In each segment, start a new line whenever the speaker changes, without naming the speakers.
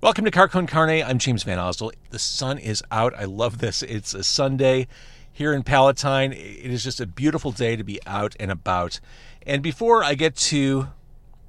Welcome to Carcon Carne. I'm James Van Osdell. The sun is out. I love this. It's a Sunday here in Palatine. It is just a beautiful day to be out and about. And before I get to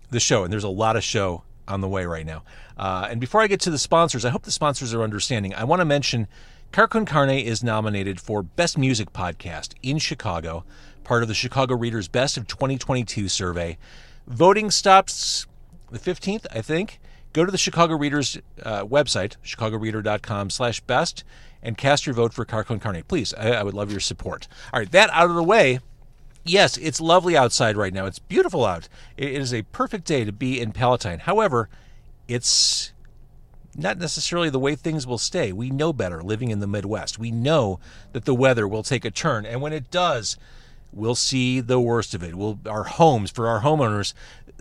the show, and there's a lot of show on the way right now. Uh, and before I get to the sponsors, I hope the sponsors are understanding. I want to mention Carcon Carne is nominated for Best Music Podcast in Chicago, part of the Chicago Readers Best of 2022 survey. Voting stops the 15th, I think. Go to the Chicago Reader's uh, website, chicagoreader.com slash best, and cast your vote for Carcon Carne. Please, I, I would love your support. All right, that out of the way. Yes, it's lovely outside right now. It's beautiful out. It is a perfect day to be in Palatine. However, it's not necessarily the way things will stay. We know better living in the Midwest. We know that the weather will take a turn, and when it does, we'll see the worst of it. We'll, our homes, for our homeowners,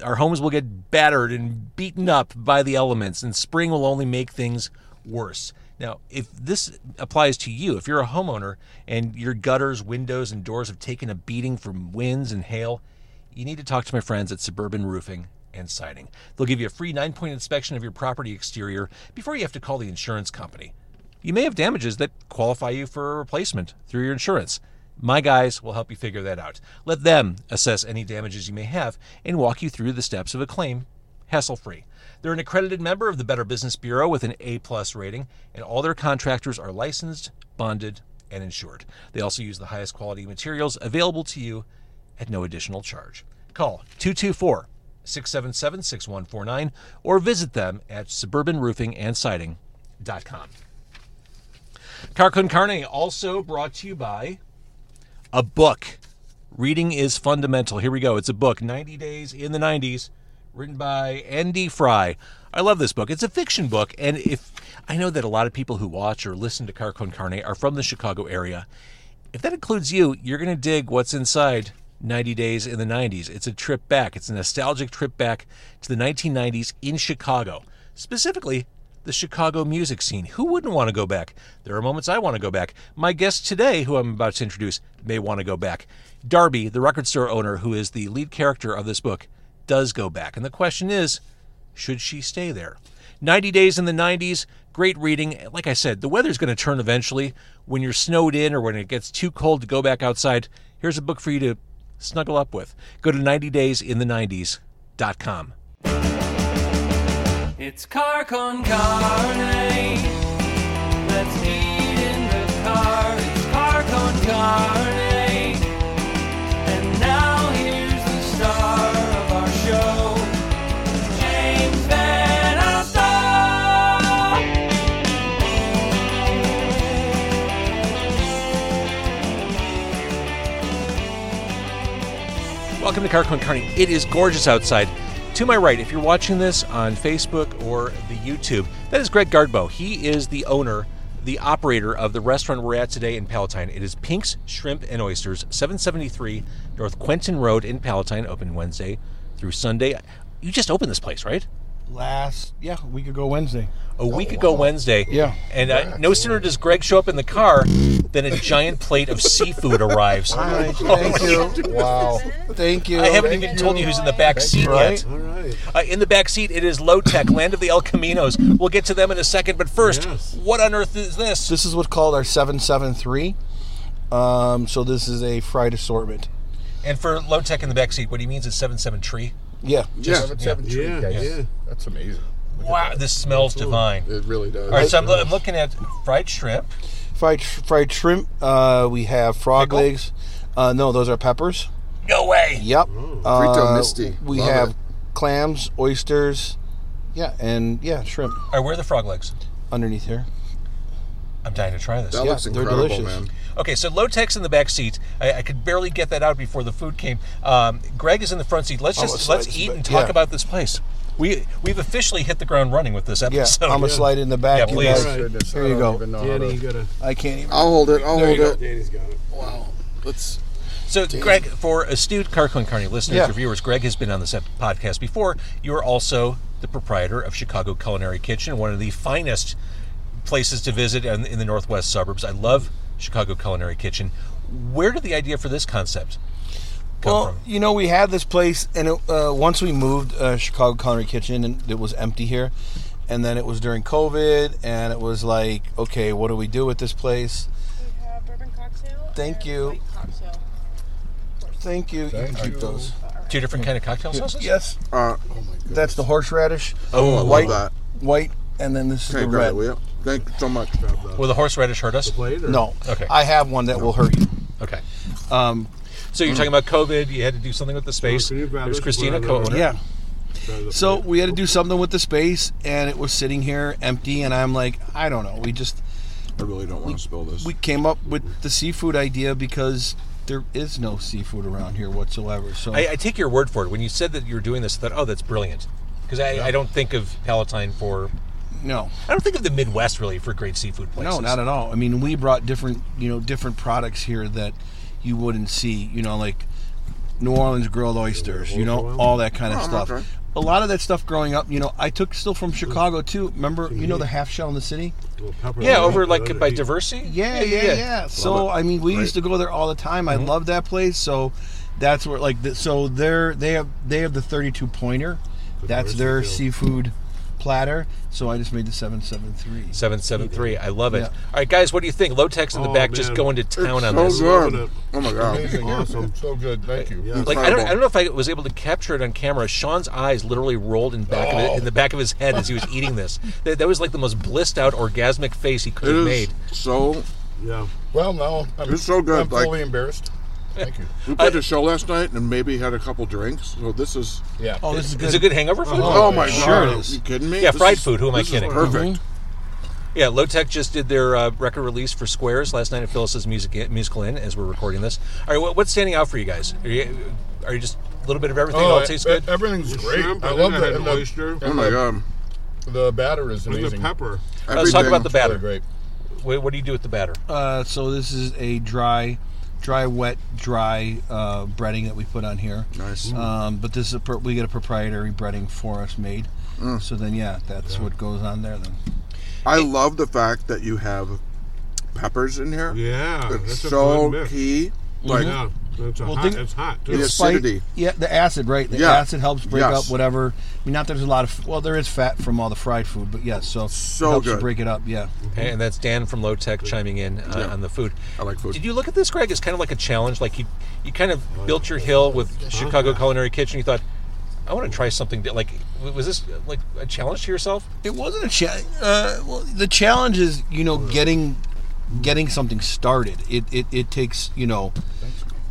our homes will get battered and beaten up by the elements, and spring will only make things worse. Now, if this applies to you, if you're a homeowner and your gutters, windows, and doors have taken a beating from winds and hail, you need to talk to my friends at Suburban Roofing and Siding. They'll give you a free nine point inspection of your property exterior before you have to call the insurance company. You may have damages that qualify you for a replacement through your insurance. My guys will help you figure that out. Let them assess any damages you may have and walk you through the steps of a claim hassle free. They're an accredited member of the Better Business Bureau with an A plus rating, and all their contractors are licensed, bonded, and insured. They also use the highest quality materials available to you at no additional charge. Call 224 677 6149 or visit them at suburbanroofingandsiding.com. Carcon Carne also brought to you by a book. Reading is fundamental. Here we go. It's a book, 90 Days in the 90s, written by Andy Fry. I love this book. It's a fiction book, and if I know that a lot of people who watch or listen to Carcon Carne are from the Chicago area, if that includes you, you're going to dig what's inside 90 Days in the 90s. It's a trip back. It's a nostalgic trip back to the 1990s in Chicago, specifically the Chicago music scene. Who wouldn't want to go back? There are moments I want to go back. My guest today, who I'm about to introduce, may want to go back. Darby, the record store owner who is the lead character of this book, does go back. And the question is, should she stay there? 90 days in the 90s, great reading. Like I said, the weather's going to turn eventually. When you're snowed in or when it gets too cold to go back outside, here's a book for you to snuggle up with. Go to 90daysinthe90s.com.
It's car con carne. Let's eat in the car. It's car con carne. And now here's the star of our show, James Van Asta.
Welcome to Carcon Carne. It is gorgeous outside. To my right, if you're watching this on Facebook or the YouTube, that is Greg Gardbo. He is the owner, the operator of the restaurant we're at today in Palatine. It is Pink's Shrimp and Oysters, 773 North Quentin Road in Palatine, open Wednesday through Sunday. You just opened this place, right?
last yeah a week ago Wednesday.
A week ago Wednesday.
Oh, Yeah.
And uh, no sooner does Greg show up in the car than a giant plate of seafood arrives. Oh,
thank you. Wow. Thank you.
I haven't even told you who's in the back seat
Right?
yet.
All right.
Uh, in the back seat, it is Low Tech, Land of the El Caminos. We'll get to them in a second, but first,
Yes.
what on earth is this?
This is what's called our seven seven three. Um, so this is a fried assortment.
And for Low Tech in the back seat, what he means is seven seven tree.
Yeah.
Yeah.
Seven, seven tree,
Yeah.
guys.
Yeah.
That's amazing. Look at
Wow,
that.
this smells divine.
It really does.
All right, so I'm, I'm looking at fried shrimp.
Fried fried shrimp. Uh, we have frog
Pickle?
legs. Uh, no, those are peppers.
No way.
Yep. Uh,
Misty.
We
Love
have
it.
clams, oysters. Yeah, and yeah, shrimp
All right, where are the frog legs?
underneath here.
I'm dying to try this.
that
yeah,
looks
they're
incredible,
delicious.
man.
Okay, so low tech's in the back seat. I, I could barely get that out before the food came. Um, Greg is in the front seat. Let's
I'm
just
gonna
let's
slide
eat
this
and
back.
talk
Yeah.
about this place. We we've officially hit the ground running with this
Yeah,
episode.
I'm gonna slide in the back.
Yeah,
you
please.
guys.
Goodness,
Here
I
you
don't
go.
even
Uh,
know how
Danny, you
to-
gotta.
I can't even.
I'll hold it. I'll
There you
hold
go.
it.
Danny's got it.
Wow. Let's.
So, Greg, for astute Carcon Carney listeners
Yeah.
or viewers, Greg has been on this ep- podcast before. You are also the proprietor of Chicago Culinary Kitchen, one of the finest places to visit in, in the northwest suburbs. I love Chicago Culinary Kitchen. Where did the idea for this concept come
Well,
from?
you know, we had this place, and it, uh, once we moved uh, Chicago Culinary Kitchen, and it was empty here, and then it was during COVID, and it was like, okay, what do we do with this place?
We have bourbon cocktail.
Thank
and
you.
White cocktail.
Thank you. you can
Thank
keep
you.
those.
Two different kind of cocktail sauces.
Yes,
Uh, oh my goodness.
that's the horseradish,
oh, I love
white-
that.
white, and then this is
Can I
the
grab
red.
it, will you? Thank you so much. Grab that.
Will the horseradish hurt us?
plate or
No,
Okay.
I have one that will hurt you.
Okay.
Um,
So you're talking about COVID. You had to do something with the space.
Can you grab
There's
this
Christina,
before I
co-owner.
leave?
yeah.
Grab the
So
plate.
we had to do something with the space, and it was sitting here empty. And I'm like, I don't know. We just
I really don't want to spill this.
we came up with the seafood idea because there is no seafood around here whatsoever. So
I, I take your word for it. When you said that you were doing this, I thought, oh, that's brilliant. Because I, I don't think of Palatine for,
no,
I don't think of the Midwest really for great seafood places.
no, not at all. I mean, we brought different you know different products here that you wouldn't see. You know, like New Orleans grilled oysters. You know, all that kind of
Oh,
stuff.
okay.
A lot of that stuff growing up, you know, I took still from Chicago too. Remember, you know, the half shell in the city.
Yeah, over like by Diversity.
Yeah, yeah, yeah. So
it.
I mean, we
Right.
used to go there all the time. I love that place. So that's where like the, so they're they have they have the 32 pointer. That's their seafood platter. So I just made the 773.
Seven seven three. I love it.
Yeah.
All right, guys, what do you think? Low tech's in the
Oh,
back, just
man.
going to town on
so
this.
good. Oh my god.
Amazing, awesome, so good. Thank you.
Yeah.
Like I don't, I don't
Incredible.
know if I was able to capture it on camera. Sean's eyes literally rolled in back of it, in the back of his head as he was eating this. That, that was like the most blissed out orgasmic face he could
It is
have made.
so.
Yeah. Well, no, I'm,
It's so good,
I'm
like-
fully embarrassed. Thank you.
We played a show last night and maybe had a couple drinks. So this is.
Yeah.
Oh, this is good.
Is it good hangover food?
Oh, my
sure
god!
it is.
you kidding me?
Yeah,
This
fried
is-
food, who am I
this is
kidding?
perfect.
Yeah, Low Tech just did their uh, record release for Squares last night at Phyllis's Music Musical Inn as we're recording this. All right, what, what's standing out for you guys? Are you, are you just a little bit of
Oh,
everything?
Oh,
it all tastes
e-
good.
Everything's great.
shrimp,
I
and
love
then
that.
I had
And
an
the,
oyster.
and
Oh my god!
The, the batter is
And the
amazing.
pepper.
Let's talk about the
Everything.
batter.
Really great.
What, what do you do with the batter?
Uh, so this is a dry, dry, wet, dry uh, breading that we put on here.
Nice.
Uh,
Um, but this is a pro- we get a proprietary breading for us made. So then, Mm. yeah, that's what goes on there. Then
I love the fact that you have peppers in here.
Yeah,
it's
that's a
so
good mix.
key.
Mm-hmm.
Like
Yeah, it's, a
Well,
hot,
think-
it's hot. Too.
The
It's spike-
acidity.
yeah, the acid, right? The
Yeah.
acid helps break
Yes.
up whatever. I mean, not that there's a lot of well, there is fat from all the fried food, but yes,
So
so it helps
good.
break it up. Yeah,
And that's Dan from Low Tech chiming in uh, on the food.
I like food.
Did you look at this, Greg, as kind of like a challenge? Like you, you kind of built your hill with Chicago Culinary Kitchen. You thought, I want to try something. di-" Like, w- was this like a challenge to yourself?
it wasn't a challenge. Uh, well, the challenge is you know getting getting something started. It it, it takes you know.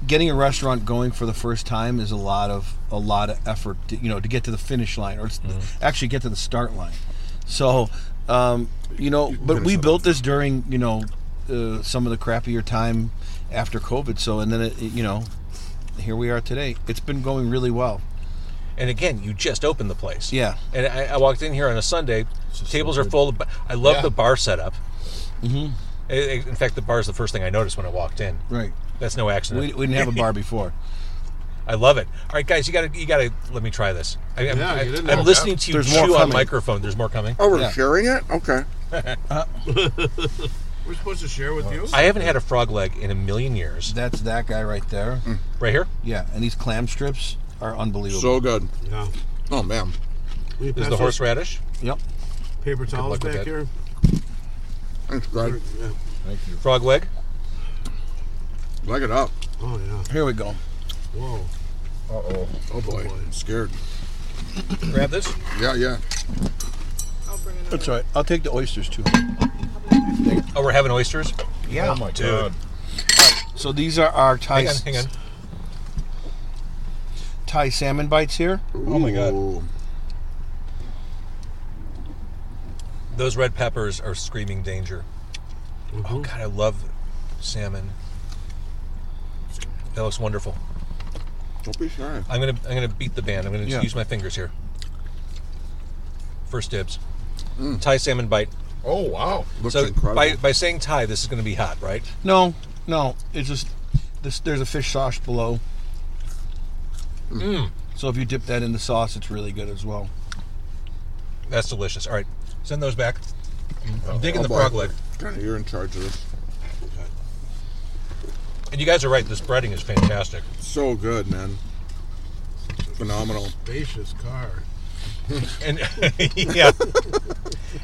Getting a restaurant going for the first time is a lot of a lot of effort, to, you know, to get to the finish line or s- actually get to the start line. So, um, you know, but we built this during, you know, uh, some of the crappier time after COVID. So, and then, it, it, you know, here we are today. It's been going really well.
And again, you just opened the place.
Yeah.
And I, I walked in here on a Sunday. Tables are full. Of, ba- I love
Yeah.
the bar setup. Mm-hmm. In fact, the bar is the first thing I noticed when I walked in.
Right.
That's no accident.
We, we didn't have a bar before.
I love it. All right, guys, you gotta you gotta let me try this. I, I'm,
Yeah,
I,
get in there.
am listening to you
There's more
chew on
coming.
microphone. There's more coming.
Oh, we're
Yeah.
sharing it. Okay.
We're supposed to share with you.
I haven't had a frog leg in a million years.
That's that guy right there.
Right here.
Yeah. And these clam strips are unbelievable.
So good.
yeah.
Oh man.
Will you
There's
pass
the
those
horseradish.
yep.
Paper towels
luck with
back
that.
here.
Thanks, Greg.
Yeah.
Thank you.
Frog leg.
Leg it up.
Oh yeah.
Here we go.
Whoa.
Uh oh.
Oh boy. I'm scared.
Grab this.
Yeah, yeah.
I'll bring another.
That's all right. I'll take the oysters too.
Oh, we're having oysters.
Yeah.
Oh my
Dude.
god.
So these are our
Hang
Thai,
on, hang on.
Thai salmon bites here.
Oh
my God.
god.
Those red peppers are screaming danger. Oh God, I love salmon. That looks wonderful.
Don't be shy.
I'm gonna I'm gonna beat the band. I'm gonna just
Yeah.
use my fingers here. First dibs. Thai salmon bite.
Oh wow.
Mm. Looks
so
incredible.
by, by saying Thai, this is gonna be hot, right?
No, no. It's just this, there's a fish sauce below. So if you dip that in the sauce, it's really good as well.
That's delicious. All right, send those back. I'm digging
oh
the
boy.
frog leg.
Kinda, you're in charge of this.
And you guys are right. This breading is fantastic.
So good, man. Phenomenal.
Spacious car.
and yeah,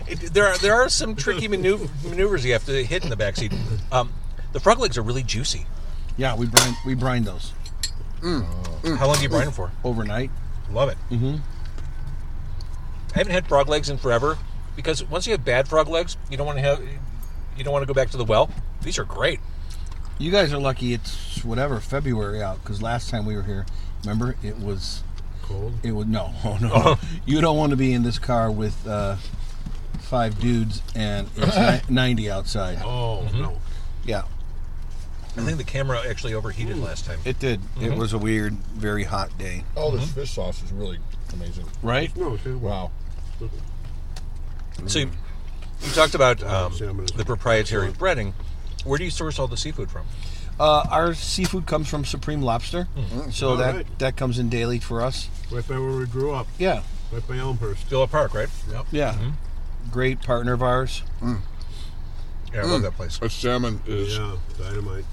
It- there are there are some tricky maneuver, maneuvers you have to hit in the backseat. Um, the frog legs are really juicy.
Yeah, we brine we brine those
How long do you brine them for?
overnight.
Love it. Mm-hmm. I haven't had frog legs in forever because once you have bad frog legs, you don't want to have you don't want to go back to the well. These are great.
You guys are lucky. It's whatever February out because last time we were here, remember it was
Cold.
it was no oh no. you don't want to be in this car with uh, five dudes and it's ni- ninety outside.
Oh
Mm-hmm.
no.
Yeah,
I think the camera actually overheated last time.
it did. It was a weird, very hot day.
Oh,
Mm-hmm.
this fish sauce is really amazing.
Right?
No, it's good.
Wow.
So you, you talked about um,
Salmon is-
the proprietary breading. Where do you source all the seafood from?
Uh, our seafood comes from Supreme Lobster, so
Mm, All
that
right.
that comes in daily for us.
Right by where we grew up.
Yeah,
Right by Elmhurst.
Villa Park, right?
yeah. Great partner of ours.
Yeah, I love that place.
A salmon is
Yeah, dynamite.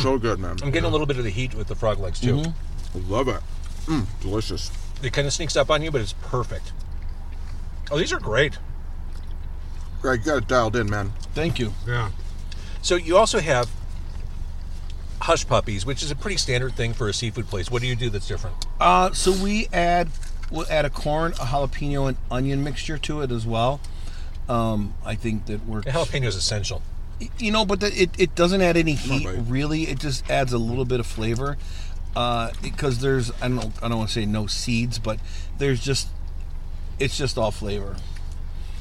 so good, man.
I'm getting a little bit of the heat with the frog legs too.
I love it. Mm, delicious.
It kind of sneaks up on you, but it's perfect. Oh, these are great.
Greg, you got it dialed in, man.
Thank you.
Yeah.
So you also have hush puppies, which is a pretty standard thing for a seafood place. What do you do that's different?
Uh, so we add we'll add a corn, a jalapeno, and onion mixture to it as well. Um, I think that works.
The jalapeno is essential.
You know, but the, it, it doesn't add any heat
right.
really. It just adds a little bit of flavor uh, because there's I don't know, I don't want to say no seeds, but there's just it's just all flavor.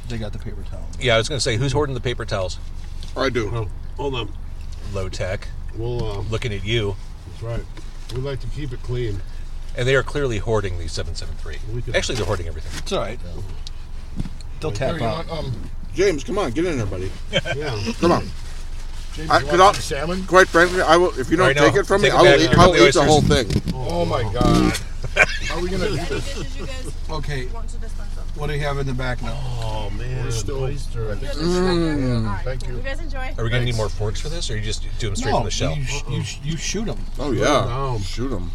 They got the paper towel.
Yeah, I was going to say, who's hoarding the paper towels?
I do.
Well, Oh, hold on.
Low tech,
We'll. Uh,
looking at you.
that's right. We like to keep it clean.
And they are clearly hoarding the 773. Actually, they're hoarding everything.
It's all right. They'll
Here,
tap
you
out.
want, um,
James, come on, get in there, buddy.
Yeah.
Come on.
James,
I-
you
could
want
I-
some salmon?
Quite frankly, I will. If you don't
Right
take
now,
it from
take
me,
it
I will
back.
eat,
Here
I
come
will
the
eat the
oysters.
whole thing.
Oh my god. Are we gonna do
Any
this?
dishes you guys
Okay,
want to dispense of?
what do you have in the back now?
Oh man.
We're still. I think
Just right there? Alright,
Mm.
thank
cool.
you.
You guys enjoy.
Are we going to need more forks for this, or you just do them straight
no,
from the shell?
You, sh- you, sh- you shoot them.
Oh yeah,
down.
shoot them.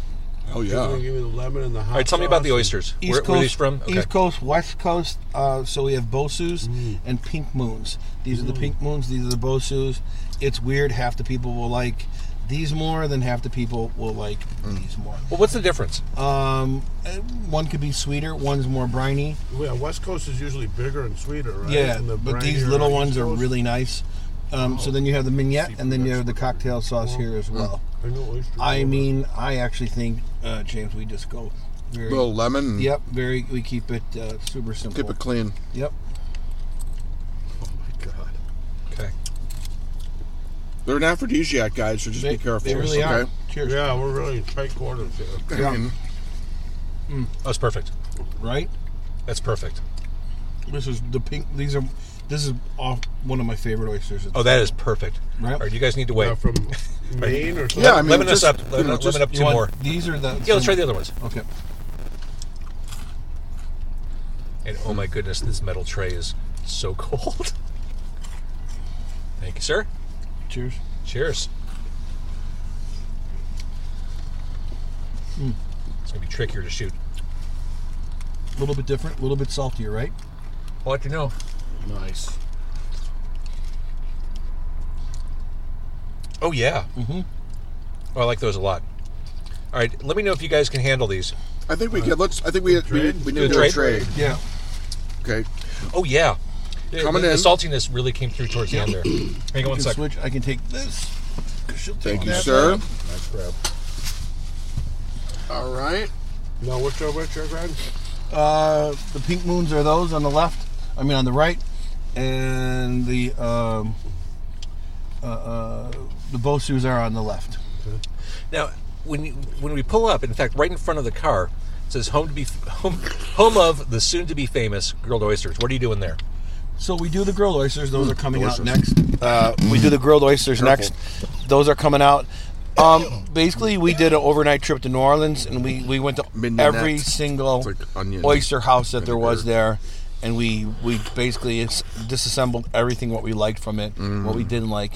Hell
We're gonna
yeah.
give you the lemon and the hot.
All right, tell me about the
sauce.
oysters. where, where are these from?
East Coast, West Coast. Uh, so we have Bosus and Pink Moons. These are the Pink Moons. These are the Bosus. It's weird. Half the people will like these more than half the people will like these more.
Well, what's the difference?
Um, uh, one could be sweeter. One's more briny.
Yeah, West Coast is usually bigger and sweeter, right?
Yeah,
And the
but these
brinier
little
East
ones are
Coast-
really nice. Um, So then you have the mignette, and then you have the cocktail sauce here as well.
I know oysters
I
Oh,
are-
mean, I actually think, uh, James, we just go very.
Little lemon.
Yep, very. We keep it uh, super simple.
Keep it clean.
Yep.
God.
Okay.
They're an aphrodisiac, guys. So just
They,
be careful.
they really
okay?
are. Cheers.
Yeah, we're really in tight quarters here.
I mean,
That's Oh, perfect.
Right.
That's perfect.
This is the pink. These are. This is off one of my favorite oysters.
Oh, that is perfect.
Right.
All right, you guys need to wait.
Uh, from Maine or something?
Yeah, I mean,
Lemon us
just,
up.
you
Lemon,
know,
lemon
just-
up
You
two
want-
more. Hmm.
These are the.
Yeah, let's try the other ones.
Okay.
And oh my goodness, this metal tray is so cold. Thank you, sir.
Cheers.
Cheers. It's gonna be trickier to shoot.
A little bit different. A little bit saltier, right?
I'll let you know.
Nice.
Oh yeah. Mm-hmm. Oh, I like those a lot. All right, let me know if you guys can handle these.
I think we get. Let's. I think we we,
Do
we
a
need to do a
trade?
trade.
Yeah.
Okay.
Oh yeah. The-
Coming
the, the
in.
saltiness really came through towards the end there. Hang on one
Can
sec.
switch. I can take this. 'cause she'll take
Thank you,
that.
sir.
Nice grab.
All right.
Now, what's your, what's your grab?
Uh, the pink moons are those on the left. I mean on the right, and the um, uh, uh, the bosus are on the left.
Now, when you, when we pull up, in fact, right in front of the car, it says home to be home home of the soon to be famous grilled oysters. What are you doing there?
So we do the grilled oysters. Those are coming out next. Uh, we do the grilled oysters next. Those are coming out. Um, basically, we did an overnight trip to New Orleans, and we, we went to
Mignonette.
every single
It's like onion
oyster house that there was
vinegar.
there,
Mm.
and we we basically dis- disassembled everything what we liked from it, what we didn't like,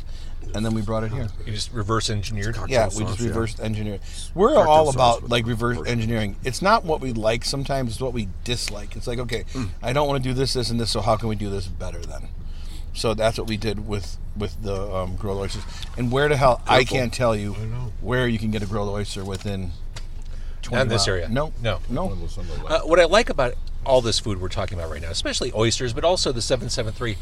and then we brought it here.
You just reverse engineered.
Yeah,
Cocktail
we just
sauce, yeah.
reverse engineer. We're
Cocktail
all
sauce
about
with
like reverse engineering. It's not what we like sometimes; it's what we dislike. It's like, okay,
Hmm.
I don't want to do this, this, and this. So how can we do this better then? So that's what we did with with the um, grilled oysters. And where the hell I can't tell you
know.
where you can get a grilled oyster within. 20
Not in this
miles.
area.
No,
No.
no.
Almost on the left.
Uh, what I like about all this food we're talking about right now, especially oysters, but also the 773,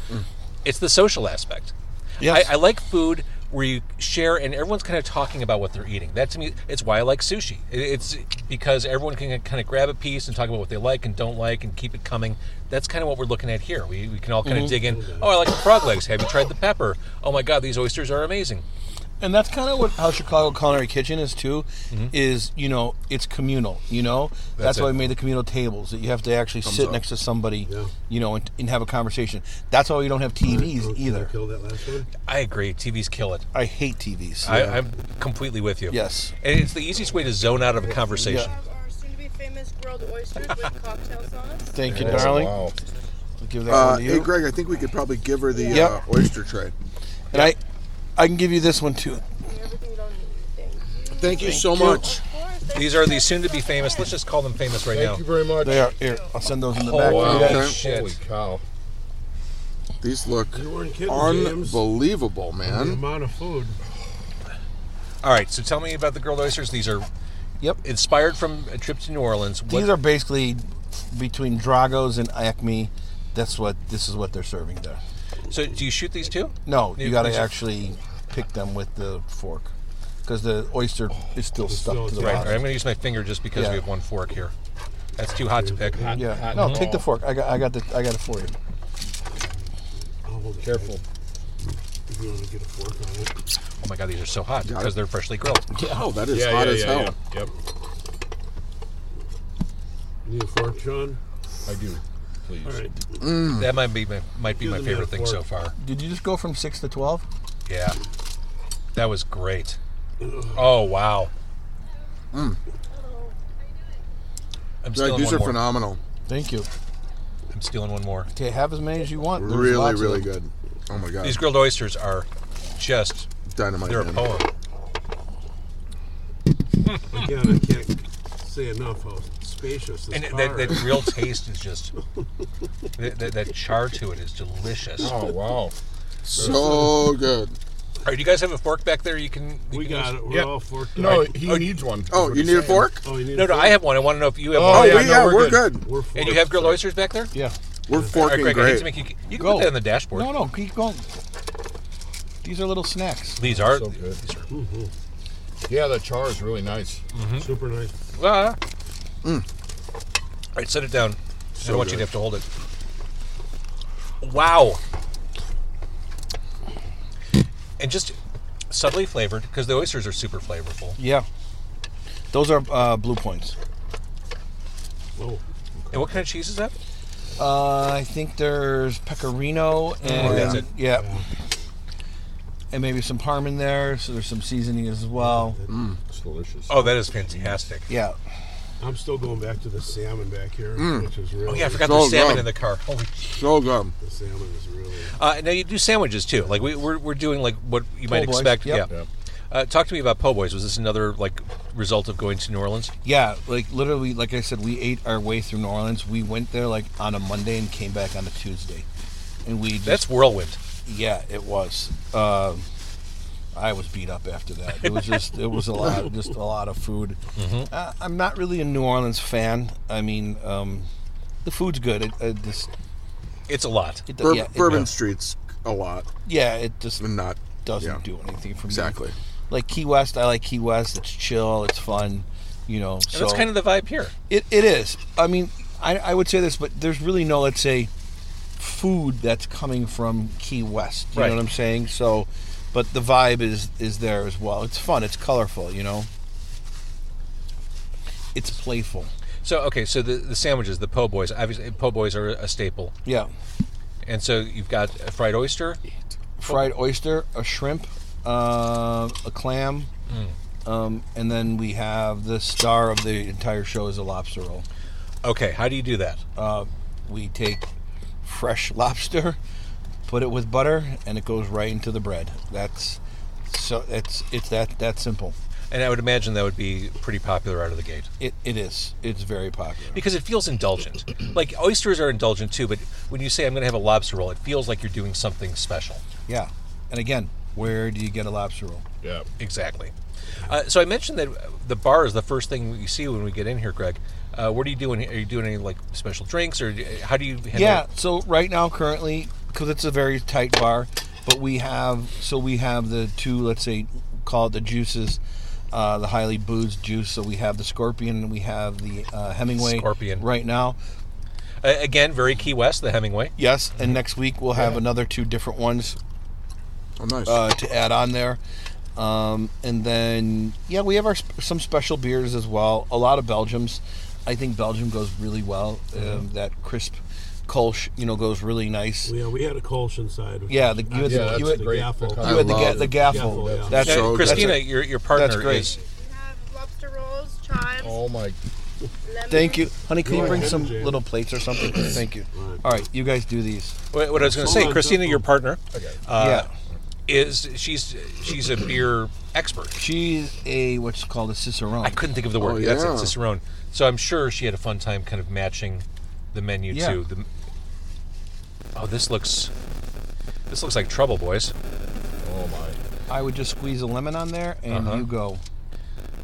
it's the social aspect.
Mm. Yes.
I, I like food where you share and everyone's kind of talking about what they're eating. That to me, it's why I like sushi. It- It's because everyone can kind of grab a piece and talk about what they like and don't like and keep it coming. That's kind of what we're looking at here. We, we can all
Mm-hmm.
kind of dig in. Oh, I like the frog legs. Have you tried the pepper? Oh my God, these oysters are amazing.
and that's kind of what how Chicago Culinary Kitchen is too. Is you know it's communal. You know that's,
That's
why
it.
we made the communal tables that you have to actually sit
up.
next to somebody. You know and, and have a conversation. That's why we don't have TVs
Oh, did I
either.
Kill that last one.
I agree. TVs kill it.
I hate TVs.
I, I'm completely with you.
yes.
And it's the easiest way to zone out of a conversation.
Yeah.
Have our soon-to-be famous grilled oysters with cocktail sauce.
Thank you,
Oh,
darling.
Wow.
I'll give that
Uh,
one to you.
hey, Greg, I think we could probably give her the
Yep.
uh, oyster tray.
and I, I can give you this one too.
And everything you don't need. Thank you.
Thank you so much.
Of course, thank
These
you
are
so
the
much
soon to
for
be famous.
that.
Let's just call them famous right
Thank
now.
you very much.
They are here. I'll send those in
Oh,
the back.
Holy
for you guys.
shit.
Holy cow.
These look
You weren't kidding, James.
unbelievable,
The
man.
amount of food.
All right, so tell me about the grilled oysters. These are
Yep.
inspired from a trip to New Orleans. What-
These are basically between Dragos and Acme. That's what this is what they're serving there.
so do you shoot these too?
No, you
You-
got to
these are-
actually pick them with the fork because the oyster is still stuck
still
to the
Right.
attached.
bottom.
All right, I'm going to use my finger just because
Yeah.
we have one fork here. That's too hot to pick.
Yeah. no, take the fork. I got. I got the. I got it for you.
Oh, hold it.
Careful.
If you want to get a fork on it.
Oh my god, these are so hot because they're freshly grilled.
Oh, that is hot as hell.
yeah. Yep.
Need a fork, Sean?
I do. Please.
All right.
That might be my, might be
Give
my
the man
favorite
a
thing so
fork.
far.
Did you just go from six to twelve?
Yeah. That was great. Oh wow. I'm
Greg,
stealing
these are
one more.
phenomenal.
Thank you.
I'm stealing one more.
Okay, have as many as you want. There's
Really,
lots of
really
them.
good. Oh my god,
These grilled oysters are just
dynamite!
they're a
man.
poem.
Again, I can't say enough how spacious this
And
car
that, that
is.
real taste is just that, that, that char to it is delicious. All
Oh, wow.
So good.
right, do you guys have a fork back there? You can. you
We
can
got
use-
it. We're
Yeah.
all forked
No,
up.
he needs one. is
Oh,
what
you
he's
need a
saying.
fork?
Oh, you need
No,
a
no,
fork?
I have one. I want to know if you have
Oh,
one.
Oh,
yeah,
yeah,
no, we're
we're,
good.
good.
We're forked.
And you have grilled oysters back there?
Yeah.
We're
All right,
forking
Greg, I need
great.
to make you. You can
Go.
put that on the dashboard.
No, no, keep going. These are little snacks.
These are.
So good.
these are-
Mhm.
Yeah, the char is really nice.
Super nice.
ah. All right, set it down. I don't want you to have to hold it. Wow. And just subtly flavored because the oysters are super flavorful.
Yeah. Those are uh, blue points.
Oh,
And what kind of cheese is that?
Uh, I think there's pecorino and
that's it.
Oh, yeah. And maybe some parm in there, so there's some seasoning as well.
It's delicious.
Oh, that is fantastic.
Yeah.
I'm still going back to the salmon back here, which is really.
Oh yeah, I forgot
So
the salmon
good.
in the car. Holy.
So good.
The salmon is really.
Uh, now you do sandwiches too. Like we, we're, we're doing like what you might
Po' boys,
expect.
yep.
Yeah.
Yep.
Uh, talk to me about po' boys. Was this another like result of going to New Orleans?
Yeah, like literally, like I said, we ate our way through New Orleans. We went there like on a Monday and came back on a Tuesday, and we just,
That's whirlwind.
yeah, it was. Um I was beat up after that. It was just it was a lot, just a lot of food.
Mm-hmm.
Uh, I'm not really a New Orleans fan. I mean, um, the food's good. It, it just
It's a lot.
it,
Bur-
yeah, it-
Bourbon Street's a lot,
yeah, it just
and not
doesn't
yeah.
do anything for me.
exactly.
Like Key West, I like Key West. It's chill. It's fun. You know,
And
so
that's kind of the vibe here.
It, it is. I mean, I, I would say this, but there's really no, let's say, food that's coming from Key West. You
Right.
know what I'm saying? So, but the vibe is is there as well. It's fun. It's colorful. You know. It's playful.
So okay, so the, the sandwiches, the po' boys. Obviously, po' boys are a staple.
Yeah.
And so you've got a fried oyster.
Fried oyster, a shrimp, uh, a clam. Um, and then we have the star of the entire show is a lobster roll.
Okay, how do you do that?
We take fresh lobster, put it with butter, and it goes right into the bread. That's So it's it's that that simple.
And I would imagine that would be pretty popular out of the gate
It, it is. It's very popular.
because it feels indulgent. Like oysters are indulgent too, but when you say I'm going to have a lobster roll, it feels like you're doing something special.
Yeah. And again, where do you get a lobster roll?
Yeah.
Exactly. Uh, so I mentioned that the bar is the first thing we see when we get in here, Greg. Uh, what are you doing? Are you doing any like special drinks, or do- how do you? handle
Yeah. So right now, currently, because it's a very tight bar, but we have so we have the two, let's say, call it the juices, uh, the highly boozed juice. So we have the scorpion and we have the uh, Hemingway
Scorpion.
right now.
Uh, again, very Key West, the Hemingway.
Yes, and next week we'll have another two different ones
Oh, nice.
uh, to add on there. Um, and then yeah, we have our sp- some special beers as well. A lot of Belgiums. I think Belgium goes really well. Um, that crisp Kolsch, you know, goes really nice.
Yeah, we had a Kolsch inside.
Yeah, the- you had the-
that's
you had-
the
great-
gaffel.
the
You had the,
I
ga-
love
the
it.
gaffel.
Gaffel, yeah.
That's,
So
Uh,
good.
Christina, your your partner
That's great.
is
We have lobster rolls, chives,
Oh my.
lemon.
Thank you, honey. Can
Go
you bring
ahead,
some
Jay.
little plates or something? Thank you. All right, you guys do these.
what, what I was going to say.
on,
Christina,
hold
your
on.
partner, uh,
yeah,
is she's she's a beer expert.
she's a what's called a cicerone.
I couldn't think of the word.
Oh,
That's
yeah.
it, Cicerone. So I'm sure she had a fun time kind of matching the menu
Yeah.
to the. Oh, this looks this looks like trouble, boys.
Oh my.
I would just squeeze a lemon on there, and you go.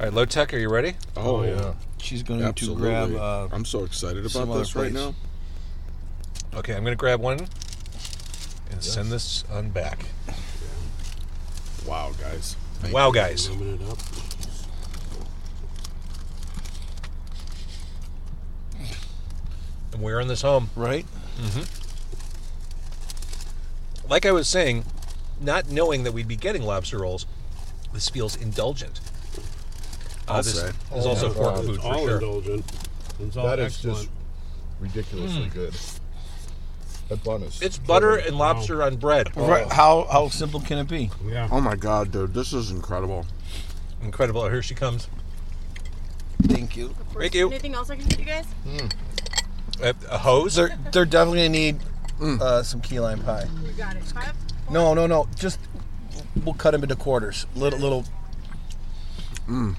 All right, low tech, are you ready?
oh, yeah.
She's going
Absolutely.
to grab. Uh,
I'm so excited
some
about
other
this right
place.
now.
Okay, I'm gonna grab one and send this on back.
Wow, guys.
Wow, guys.
Lemon it up.
I'm wearing this home.
right?
Like I was saying, not knowing that we'd be getting lobster rolls, this feels indulgent. Uh,
I'll
this,
say.
this is also
my
pork
God.
food
It's
for
all
sure.
indulgent. It's all
That is
excellent. Hmm.
just ridiculously good. That bun is.
It's butter and lobster on bread.
Right. How how simple can it be?
yeah.
Oh my god, dude, this is incredible.
Incredible. Oh, here she comes.
Thank you.
Thank you.
Anything else I can get you guys?
A, a hose?
They're they're definitely gonna need uh, some key lime pie.
You got it. Five.
No, no, no. Just we'll cut them into quarters. Little little.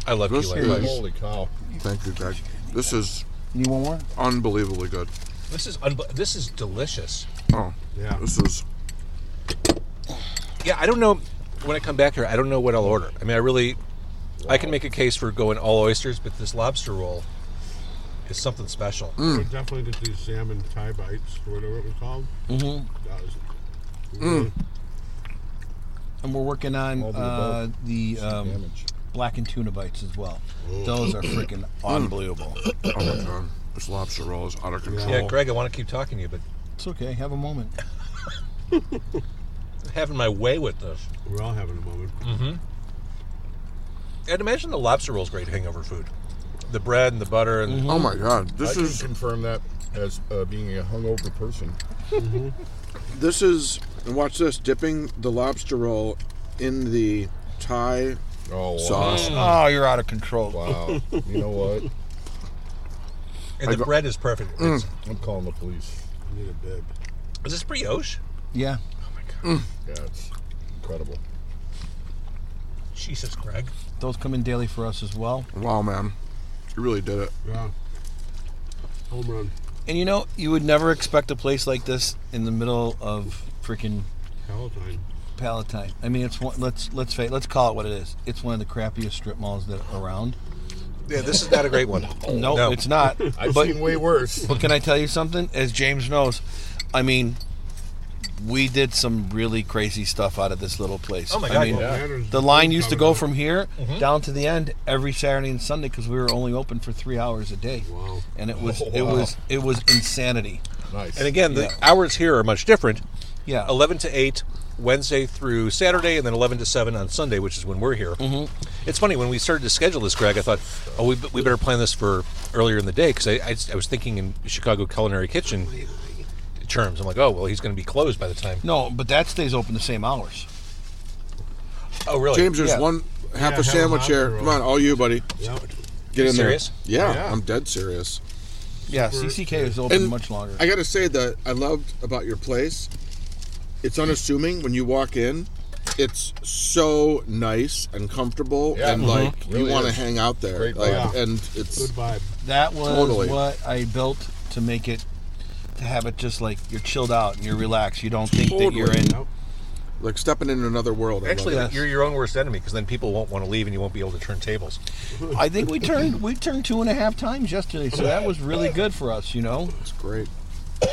I love
This
key lime
is-
pie.
Holy cow.
Thank you, guys. This is
You want more?
unbelievably good.
This is unbe- this is delicious.
Oh,
Yeah.
this is
Yeah, I don't know. When I come back here, I don't know what I'll order. I mean, I really, I can make a case for going all oysters, but this lobster roll is something special.
Mm.
We definitely did these salmon tie bites, or whatever it was called. Mm-hmm. That was
Hmm.
really
And we're working on
All the
uh,
above.
the um,
Damage.
black and tuna bites as well. Those are freaking unbelievable.
oh my god. This lobster roll is out of control.
Yeah, Greg, I want to keep talking to you, but
It's okay. Have a moment.
I'm having my way with this.
We're all having a moment.
I'd imagine the lobster roll's great hangover food. The bread and the butter and
Mm-hmm.
Oh my god.
I
This
can
is
confirm that as uh, being a hungover person.
this is and watch this, dipping the lobster roll in the Thai
Oh wow.
sauce.
Oh, you're out of control.
Wow. you know what?
and the bread is perfect.
Mm.
It's-
I'm calling the police.
I need a bib.
Is this brioche?
Yeah.
Yeah, it's incredible.
Jesus, Greg.
Those come in daily for us as well.
Wow man. You really did it.
Yeah. Home run.
And you know, you would never expect a place like this in the middle of freaking
Palatine.
Palatine. I mean, it's one. Let's let's fa let's call it what it is. It's one of the crappiest strip malls that are around.
Yeah, this is not a great one.
No,
No.
it's not.
I've
but
seen way worse.
but can I tell you something? As James knows, I mean, we did some really crazy stuff out of this little place.
Oh my
I
God,
mean,
yeah.
Manners
The line
is
used to
covered
go
in-
from here down to the end every Saturday and Sunday because we were only open for three hours a day,
Wow.
and it was
Oh,
it
wow.
was it was insanity.
Nice.
And again, the hours here are much different.
Yeah,
11 to 8 Wednesday through Saturday, and then 11 to 7 on Sunday, which is when we're here. Mm-hmm. It's funny, when we started to schedule this, Greg, I thought, oh, we, we better plan this for earlier in the day because I, I, I was thinking in Chicago Culinary Kitchen terms. I'm like, oh, well, he's going to be closed by the time.
no, but that stays open the same hours.
Oh, really?
James, there's
Yeah.
one half
Yeah,
a
have
sandwich
a
here.
lobster
Come on, all you, buddy.
Yep.
Get in
serious?
there. Yeah,
Yeah.
I'm dead serious.
Yeah, CCK is open
And
much longer.
I gotta say that I loved about your place. It's unassuming when you walk in. it's so nice and comfortable,
Yeah.
and
Mhm.
like you
Really
want to
is.
hang out there.
Great
like,
vibe.
And
Good
it's
vibe.
That was
Totally.
what I built to make it to have it just like you're chilled out and you're relaxed. You don't think that you're in.
Nope.
like stepping into another world. I love
Actually,
it.
you're your own worst enemy because then people won't want to leave and you won't be able to turn tables.
I think we turned we turned two and a half times yesterday, so that was really good for us. You know,
it's great.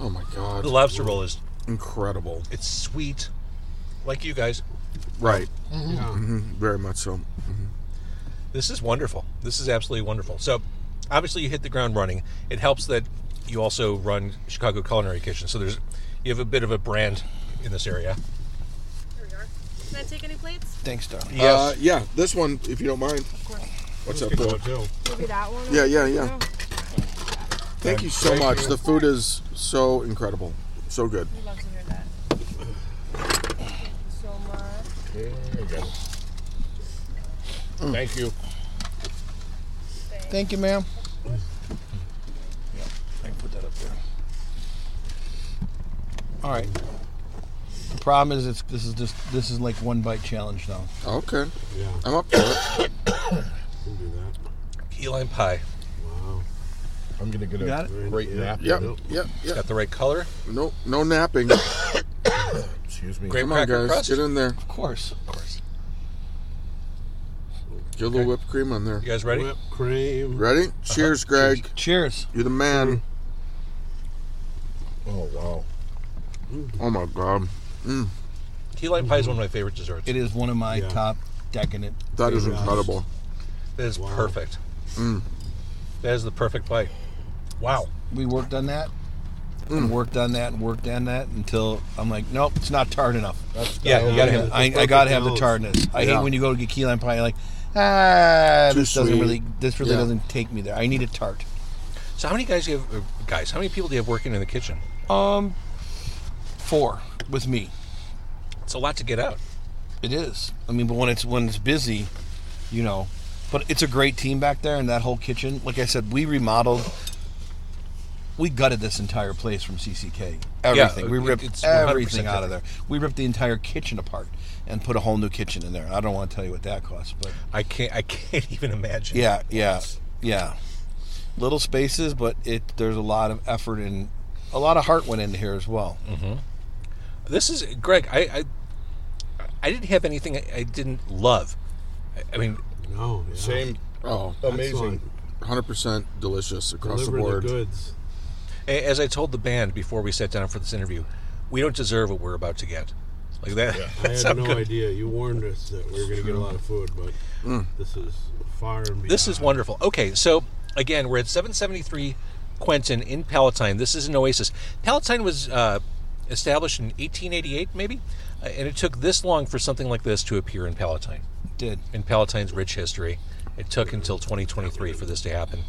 oh my god,
The lobster roll is
incredible!
it's sweet, like you guys.
Right, Mm-hmm.
Yeah.
very much so.
This is wonderful. This is absolutely wonderful. So, obviously, you hit the ground running. It helps that you also run Chicago Culinary Kitchen. So there's you have a bit of a brand in this area.
Here we are. Can I take any plates?
thanks, darling.
Uh, yeah, this one, if you don't mind. What's up,
Good
Bill?
one, too.
Maybe that one.
Yeah, yeah, yeah. Thank you so much. The food is so incredible, so good.
We'd love to hear that. Thank you so much.
Thank you.
Thank you, ma'am. Yeah, I can put that up there. All right. The problem is, it's this is just this is like one bite challenge now.
Okay,
Yeah,
I'm up for it.
we'll do that.
Key lime pie.
Wow.
I'm gonna get
You got
a
it?
great
Yeah.
nap.
Yep,
Nope.
yep, yep.
Got the right color.
No, no napping.
Excuse me.
Great
Come on,
cracker
guys,
crust.
get in there.
Of course.
Of course.
Get a little whipped cream on there.
You guys ready?
Whipped cream.
Ready? Cheers, Greg.
Cheers.
You're the man.
Oh wow.
Oh my god,
Key lime pie is one of my favorite desserts.
It
It
is one of my
Yeah.
top decadent.
that is
Yeah.
incredible.
is
Wow.
perfect. That is the perfect bite. Wow.
We worked on that.
Mm.
And worked on that and worked on that until I'm like, nope, it's not tart enough.
That's
Yeah, you gotta have. Uh,
I, I gotta have the tartness. I
Yeah.
hate when you go to get key lime pie. You're like, ah,
Too
this doesn't
sweet.
really, this really
Yeah.
doesn't take me there. I need a tart.
So how many guys do you have? uh, Guys, how many people do you have working in the kitchen?
Um, four with me.
It's a lot to get out.
It is. I mean, but when it's when it's busy, you know. But it's a great team back there, and that whole kitchen. Like I said, we remodeled. We gutted this entire place from CCK. Everything. we
it-
ripped
it's 100%
everything out of there. We ripped the entire kitchen apart and put a whole new kitchen in there. I don't want to tell you what that cost, but
I can't. I can't even imagine.
yeah, yeah, yeah. Little spaces, but it there's a lot of effort and a lot of heart went into here as well.
This is Greg. I I, I didn't have anything I, I didn't love. I, I mean,
No. Yeah.
Same.
Oh,
Amazing.
Excellent.
100% delicious across
Deliver
the board.
the goods.
a- as I told the band before we sat down for this interview, we don't deserve what we're about to get. Like that.
I
that's
had
how
no
good-
idea. You warned us that we were going to get a lot of food, but this is far and beyond.
This is wonderful. Okay, so again, we're at 773 Quentin in Palatine. This is an oasis. Palatine was uh, established in 1888, maybe, uh, and it took this long for something like this to appear in Palatine.
Did
In Palatine's rich history, it took until 2023 for this to happen.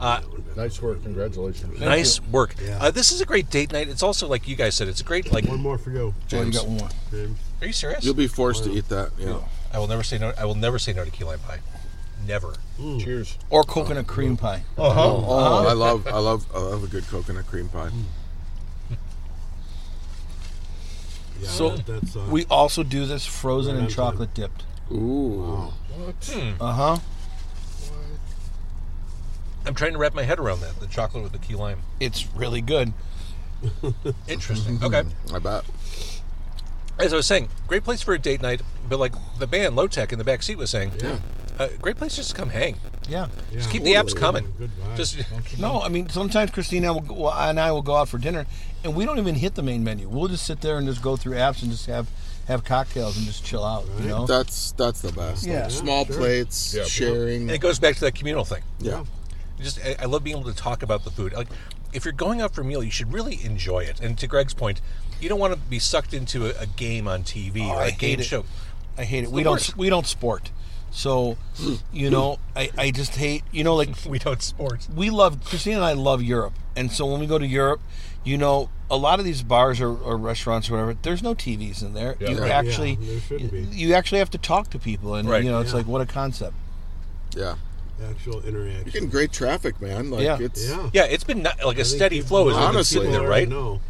Uh,
Nice work. Congratulations.
nice work.
Yeah.
Uh, this is a great date night. It's also like you guys said, it's a great like.
One more for you,
oh, you
James.
got one more?
James.
Are you serious?
You'll be forced to eat that. Yeah.
I will never say no. I will never say no to key lime pie. Never.
Cheers.
Or coconut cream pie.
Oh, I love, I love, I love a good coconut cream pie.
Yeah,
So,
that- that's uh,
We also do this frozen and
Fermented.
chocolate dipped.
Ooh,
Uh huh.
I'm trying to wrap my head around that. The chocolate with the key lime.
It's really good.
Interesting. Okay.
I bet.
As I was saying, great place for a date night. But like the band Low Tech in the back seat was saying,
Yeah.
uh, great place just to come hang.
Yeah.
Just
yeah.
keep the apps coming.
Good vibes.
Just
No, I mean sometimes Christina will, go- and I will go out for dinner, and we don't even hit the main menu. We'll just sit there and just go through apps and just have have cocktails and just chill out. You know.
That's that's the best.
Yeah.
Small
Sure.
plates,
Yeah.
sharing.
and it goes back to that communal thing.
Yeah.
just I, I love being able to talk about the food. Like if you're going out for a meal, you should really enjoy it. And to Greg's point, you don't want to be sucked into a, a game on TV
Oh,
or a
I hate
game
it.
show.
I hate it.
the
We don't
worst.
we don't sport, so you know I I just hate you know like
We don't sport.
we love Christina and I love Europe, and so when we go to Europe, you know, a lot of these bars or, or restaurants or whatever, there's no TVs in there.
Yeah.
you
Right.
actually,
Yeah, there shouldn't
you,
be.
you actually have to talk to people, and
Right.
you know, it's
Yeah.
like what a concept.
Yeah.
actual interaction.
You're getting great traffic, man. Like
Yeah.
it's
yeah.
Yeah, it's been not, like a
I think
steady
people-
flow is what
Honestly.
sitting there,
people
right?
already know.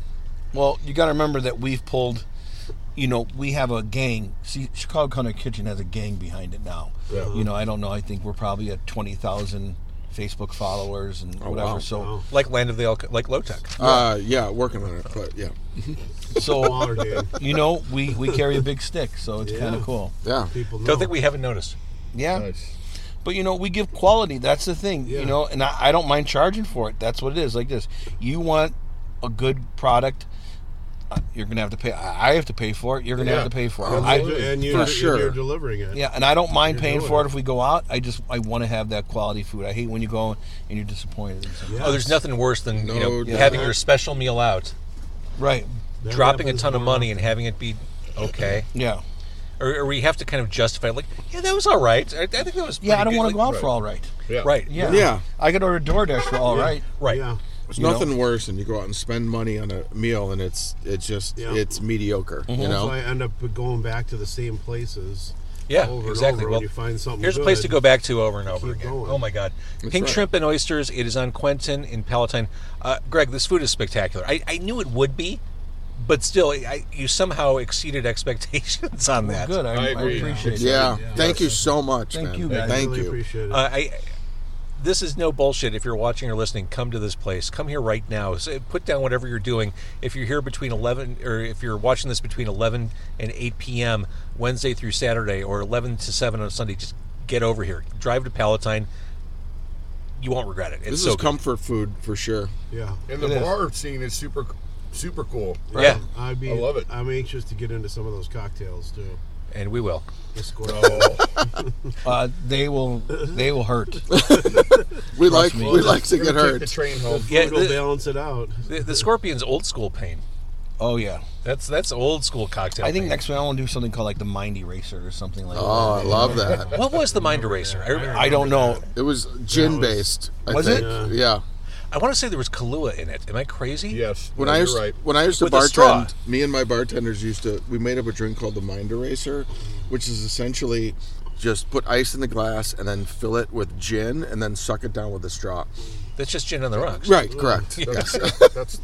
Well, you got to remember that we've pulled you know, we have a gang. See, Chicago Counter Kitchen has a gang behind it now.
Yeah.
You know, I don't know. I think we're probably at twenty thousand Facebook followers and whatever.
wow.
So,
Oh, Wow.
Like Land of the Elk, like Low Tech.
Uh, yeah, working on it, but yeah,
so
Smaller Dan.
you know, we we carry a big stick, so it's
Yeah.
kind of cool.
yeah.
People know.
Don't think we haven't noticed.
Yeah.
Nice.
But you know, we give quality. That's the thing,
Yeah.
you know, and I, I don't mind charging for it. That's what it is. Like this, you want a good product, uh, you're gonna have to pay. I I have to pay for it. You're gonna
Yeah.
have to pay for it.
And
I,
you- and you,
for
you're,
sure.
you're delivering it.
yeah, and I don't mind
You're
paying
doing
for
it.
it if we go out. I just I want to have that quality food. I hate when you go and you're disappointed. in something.
Oh, there's nothing worse than you
No,
know
yeah.
having your special meal out,
Right.
That
dropping a
happens
ton of
more
money and having it be okay,
Yeah.
or, or we have to kind of justify like, yeah, that was all right. I, I think that was
Yeah, I don't
pretty
want to
good."
go out
Like-
for all right.
Yeah.
Right.
Yeah.
Yeah.
I could order DoorDash for all right.
Right.
Yeah.
There's
You know?
nothing worse than you go out and spend money on a meal and it's it's just
Yeah.
it's mediocre. You
So
know,
I end up going back to the same places.
Yeah,
over
exactly.
And over
Well,
when you find something
Here's a place to
good.
go back to over and over
Keep
again.
going.
Oh my God, pink
right.
shrimp and oysters. It is on Quentin in Palatine. Uh, Greg, this food is spectacular. I, I knew it would be, but still, I, you somehow exceeded expectations on that.
Good. I,
I
I,
agree.
appreciate
yeah.
that.
Thank you so much.
Thank
man.
you, guys.
Thank
really
you.
Appreciate it.
Uh, I. This is no bullshit. If you're watching or listening, come to this place. Come here right now. So put down whatever you're doing. If you're here between 11 or if you're watching this between 11 and 8 p.m. Wednesday through Saturday or 11 to 7 on Sunday, just get over here. Drive to Palatine. You won't regret it. It's
This
so
is
good.
comfort food for sure.
yeah.
And the bar scene is super, super cool.
Yeah,
I,
I love it.
I'm anxious to get into some of those cocktails too.
and we will.
The squirrel.
Oh,
Uh, they will. They will hurt.
We like
me.
we like to get
We're gonna take the
hurt.
train home.
Yeah,
It'll
the,
balance it out.
the, the scorpion's old school pain.
Oh yeah.
That's that's old school cocktail.
I think
pain.
next week I want to do something called like the Mind Eraser or something like
Oh, I
that.
love that.
What was the mind eraser? I, remember,
I don't know.
It was gin based. I
Was
think.
it?
Yeah.
I want to say there was Kahlua in it. Am I crazy?
Yes.
When
no,
I
you're
used
right.
when I used to
With a straw.
bartend, me and my bartenders used to we made up a drink called the Mind Eraser, which is essentially just put ice in the glass and then fill it with gin and then suck it down with a straw.
That's just gin on the rocks.
Right, correct.
That's,
Yes.
Mm. that's,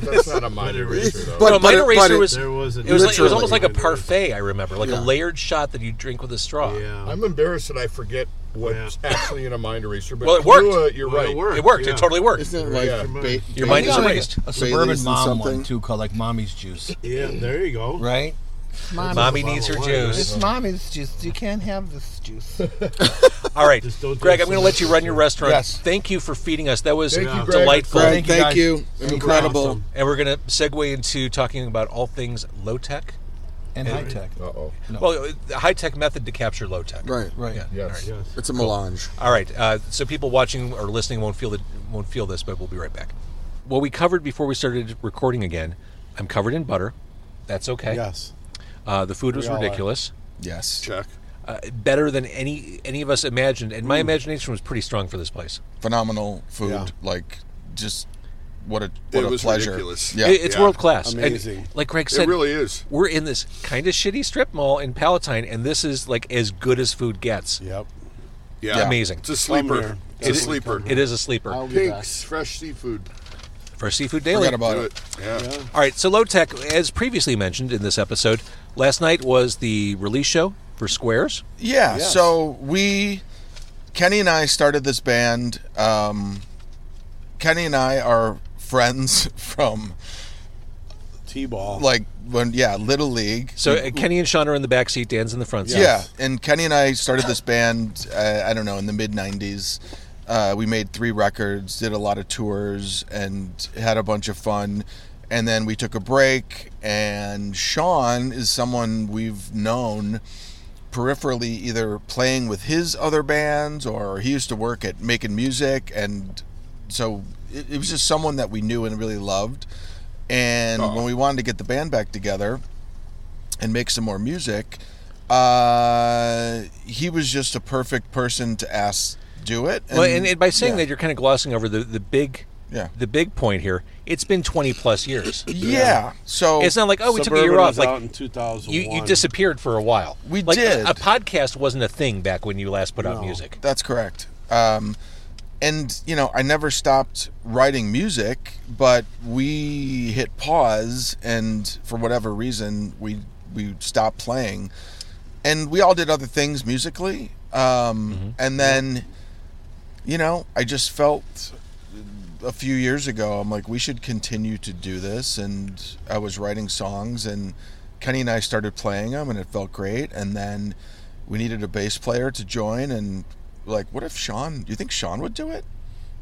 that's not a mind eraser, though.
But-
no, mind
it-
eraser
it-
was.
There was a
It was, like, it was
Literally.
almost like a parfait. I remember, like
Yeah.
a layered shot that you drink with a straw.
Yeah.
I'm embarrassed that I forget what's actually in a mind eraser. But
Well, it worked.
Kahlua, you're
Well, it
right.
worked.
It worked.
Yeah.
It totally worked.
Isn't it like
Yeah.
ba-
Your mind is
Baileys-
erased.
A
Baileys
suburban
and
mom
something?
one too, called like Mommy's Juice,
Yeah. There you go.
right?
Mommy needs her
bottle of wine,
juice.
It's Mommy's Juice. You can't have this juice.
All right,
Just don't do
Greg,
it
I'm going
so
to let you run your restaurant.
Yes.
Thank you for feeding us. That was
Thank you, Greg.
delightful.
Greg,
Thank you,
thank
guys.
you.
Thank you.
Incredible.
Awesome.
And we're going to segue into talking about all things low tech.
And high tech.
Uh oh.
Well, the high tech method to capture low tech.
Right.
Right.
Yeah.
Yes.
Yes.
It's a melange.
All right. Uh, so people watching or listening won't feel the, won't feel this, but we'll be right back. What we covered before we started recording again, I'm covered in butter. That's okay.
Yes.
Uh, the food was ridiculous.
Yes.
Check.
Uh, better than any any of us imagined, and my imagination was pretty strong for this place.
phenomenal food.
Yeah.
Like just what a what
It
a
was
pleasure.
ridiculous.
Yeah.
It- it's
yeah.
world class. And
Amazing.
like Greg
It
said,
really is.
we're in this kind of shitty strip mall in Palatine, and this is like as good as food gets.
Yep.
Yeah.
Amazing.
It's a sleeper. It's a sleeper.
It is a sleeper
Pinks, fresh seafood.
for Seafood Daily.
Forgot about
Do
it.
it. Yeah.
All right, so Low Tech, as previously mentioned in this episode, last night was the release show for Squares.
Yeah. So we, Kenny and I started this band. Um, Kenny and I are friends from
T-ball.
like when yeah little league.
So uh, Kenny and Sean are in the back seat, Dan's in the front seat.
Yeah, and Kenny and I started this band. Uh, I don't know in the mid '90s. Uh, we made three records, did a lot of tours, and had a bunch of fun. And then we took a break. And Sean is someone we've known peripherally, either playing with his other bands or he used to work at making music, and so it, it was just someone that we knew and really loved. And when we wanted to get the band back together, and make some more music, uh, he was just a perfect person to ask do it.
Well, and, and by saying
yeah.
that, you're kind of glossing over the, the big
Yeah.
the big point here. It's been 20 plus years.
yeah, so
It's not like oh, we took a year off. Like
in 2001.
you, you disappeared for a while.
We
like,
did.
A, podcast wasn't a thing back when you last put out music.
that's correct. Um, and you know, I never stopped writing music, but we hit pause, and for whatever reason, we we stopped playing, and we all did other things musically. Um, And then, you know, I just felt a few years ago, I'm like, we should continue to do this. And I was writing songs, and Kenny and I started playing them, and it felt great. And then we needed a bass player to join, and we're like, what if Sean? Do you think Sean would do it?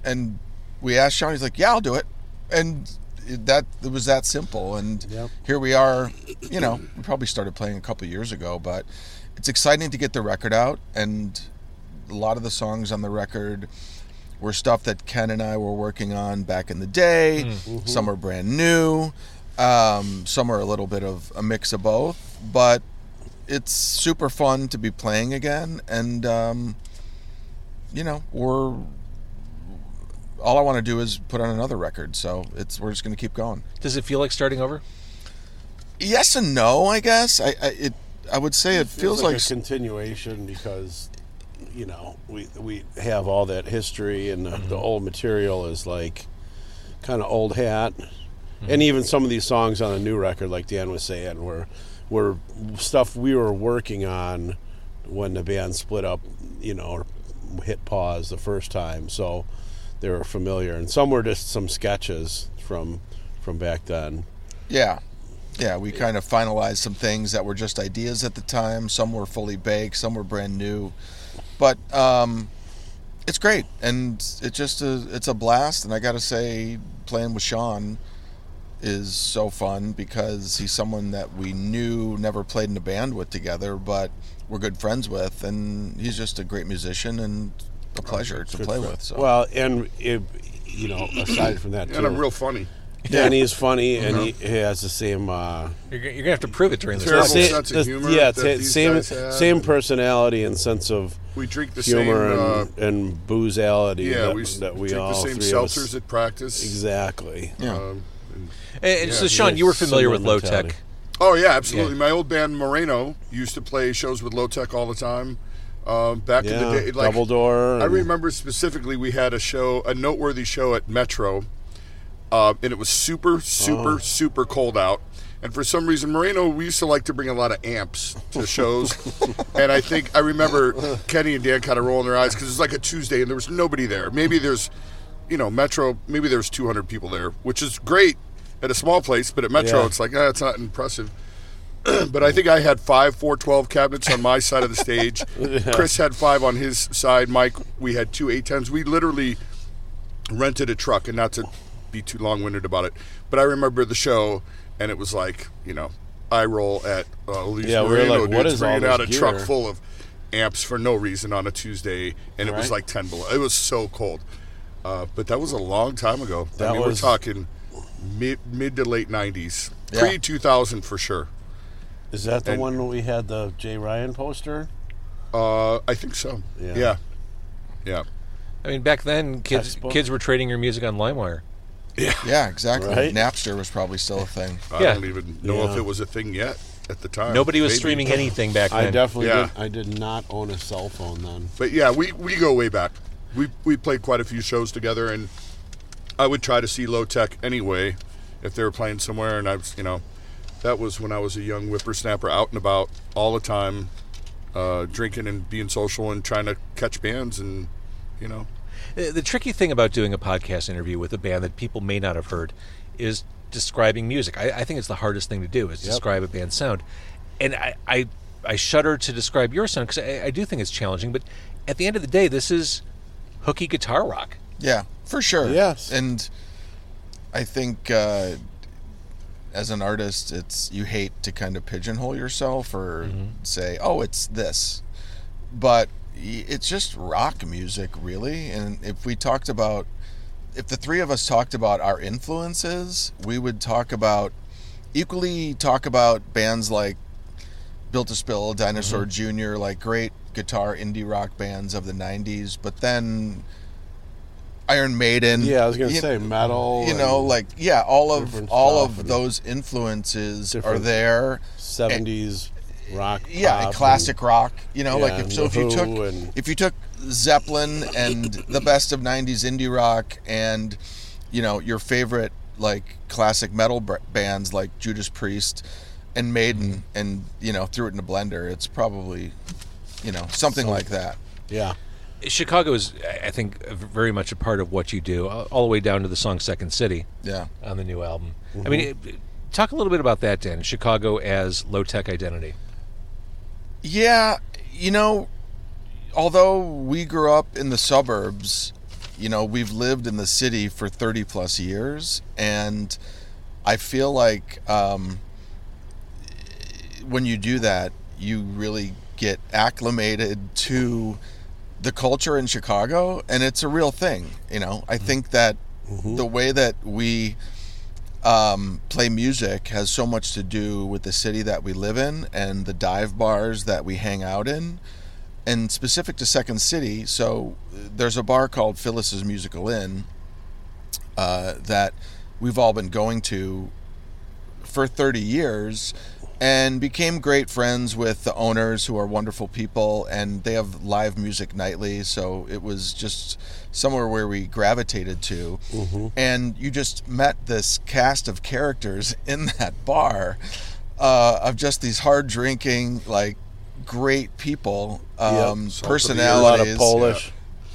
And we asked Sean. He's like, yeah, I'll do it. And it- that it was that simple. And here we are. You know, we probably started playing a couple years ago, but it's exciting to get the record out and a lot of the songs on the record were stuff that Ken and I were working on back in the day. Some are brand new. Um, some are a little bit of a mix of both. But it's super fun to be playing again. And, um, you know, we're. All I want to do is put on another record. So it's we're just going to keep going.
Does it feel like starting over?
Yes and no, I guess. I, I, it, I would say it, feels, like.
a continuation because you know we we have all that history and the,
Mm-hmm.
the old material is like kind of old hat
Mm-hmm.
and even some of these songs on the new record like dan was saying were were stuff we were working on when the band split up you know or hit pause the first time so they were familiar and some were just some sketches from from back then
Yeah. Yeah, we kind of finalized some things that were just ideas at the time. Some were fully baked, some were brand new. But um, it's great and it's just a it's a blast and I got to say playing with Sean is so fun because he's someone that we knew never played in a band with together, but we're good friends with and he's just a great musician and
Oh,
a pleasure to play with. So
well and it, you know aside from that
And
too,
I'm real funny.
Danny is funny, and he, he has the same. Uh,
You're, gonna- you're gonna have to prove it during this.
Uh-huh. Terrible.
podcast.
same,
sense of
the-
humor
yeah,
that
ta-
these
same
guys have.
same personality and sense of
We drink the
humor
same. uh,
and, and boozality
yeah,
that
we,
that we
drink
all
the same
three of us-
selters at practice.
exactly.
yeah.
Um, and-
And- and
Yeah,
Eh, so, Sean, you were familiar
similar
with low
mentality.
tech.
oh yeah, absolutely. My old band Moreno used to play shows with Low Tech all the time. Um, back in the
Yeah,
day, like
double door.
I
and-
remember specifically we had a show, a noteworthy show at Metro, uh, and it was super, super, super cold out. And for some reason, Moreno, we used to like to bring a lot of amps to shows. and I think I remember Kenny and Dan kind of rolling their eyes because it was like a Tuesday and there was nobody there. Maybe there's, you know, Metro, maybe there's 200 people there, which is great at a small place, but at Metro,
Yeah.
it's like, eh, it's not impressive. But I think I had five 412 cabinets on my side of the stage. Chris had five on his side. Mike, we had two 810s. We literally rented a truck, and not to be too long winded about it, but I remember the show, and it was like, you know, I roll at uh, Elise
Yeah, we were
Moreno
like,
dudes
what is all
bringing
this
out a truck
gear?
full of amps for no reason on a Tuesday, and it was
Right.
like 10 below. It was so cold. Uh, but that was a long time ago. I
That
mean,
was-
we're talking mid, mid to late 90s,
Yeah.
pre 2000 for sure.
Is that the
and-
one where we had the Jay Ryan poster?
Uh, I think so.
Yeah.
Yeah. Yeah.
I mean, back then, kids
Textbook.
kids were trading your music on LimeWire.
Yeah, exactly.
Right?
Napster was probably still a thing.
I
Yeah.
don't even know
Yeah.
if it was a thing yet at the time.
Nobody was
Maybe.
streaming anything back then.
I definitely
Yeah.
did, I did not own a cell phone then.
But yeah, we, we go way back. We we played quite a few shows together, and I would try to see Low Tech anyway if they were playing somewhere. And I was, you know, that was when I was a young whippersnapper out and about all the time, uh, drinking and being social and trying to catch bands and, you know,
The Uh, the tricky thing about doing a podcast interview with a band that people may not have heard is describing music. I, I think it's the hardest thing to do is describe a band's sound, and I I, I shudder to describe your sound because I, I do think it's challenging. But at the end of the day, this is hooky guitar rock.
Yeah, for sure.
Yes.
And I think uh, as an artist, it's you hate to kind of pigeonhole yourself or say, "Oh, it's this," but y- it's just rock music, really. And if we talked about, if the three of us talked about our influences, we would talk about equally talk about bands like Built to Spill,
Mm-hmm.
Dinosaur Jr., like great guitar indie rock bands of the '90s, but then Iron Maiden.
Yeah, I was gonna
you-
say metal.
you know,
and
like yeah, all of
different
all
stuff
of
and
those influences are
different-
there.
seventies rock.
Yeah,
pop
and classic rock. You know,
yeah,
like if,
and
so if you
The
took
Who and-
if you took Zeppelin and the best of '90s indie rock, and you know your favorite like classic metal br- bands like Judas Priest, and Maiden and you know threw it in a blender, it's probably you know something like that.
Yeah.
Chicago is, I think, very much a part of what you do, all all the way down to the song "Second City"
Yeah.
on the new album. I mean, it, it- talk a little bit about that, Dan. Chicago as low tech identity.
Yeah, you know, although we grew up in the suburbs, you know, we've lived in the city for 30 plus years. And I feel like um, when you do that, you really get acclimated to the culture in Chicago. And it's a real thing. You know, I think that the way that we um, play music has so much to do with the city that we live in and the dive bars that we hang out in. And specific to Second City, so uh, there's a bar called Phyllis's Musical Inn uh, that we've all been going to for 30 years and became great friends with the owners who are wonderful people and they have live music nightly so it was just somewhere where we gravitated to
Mm-hmm.
and you just met this cast of characters in that bar uh, of just these hard drinking like great people um,
A lot of
personalities
Polish.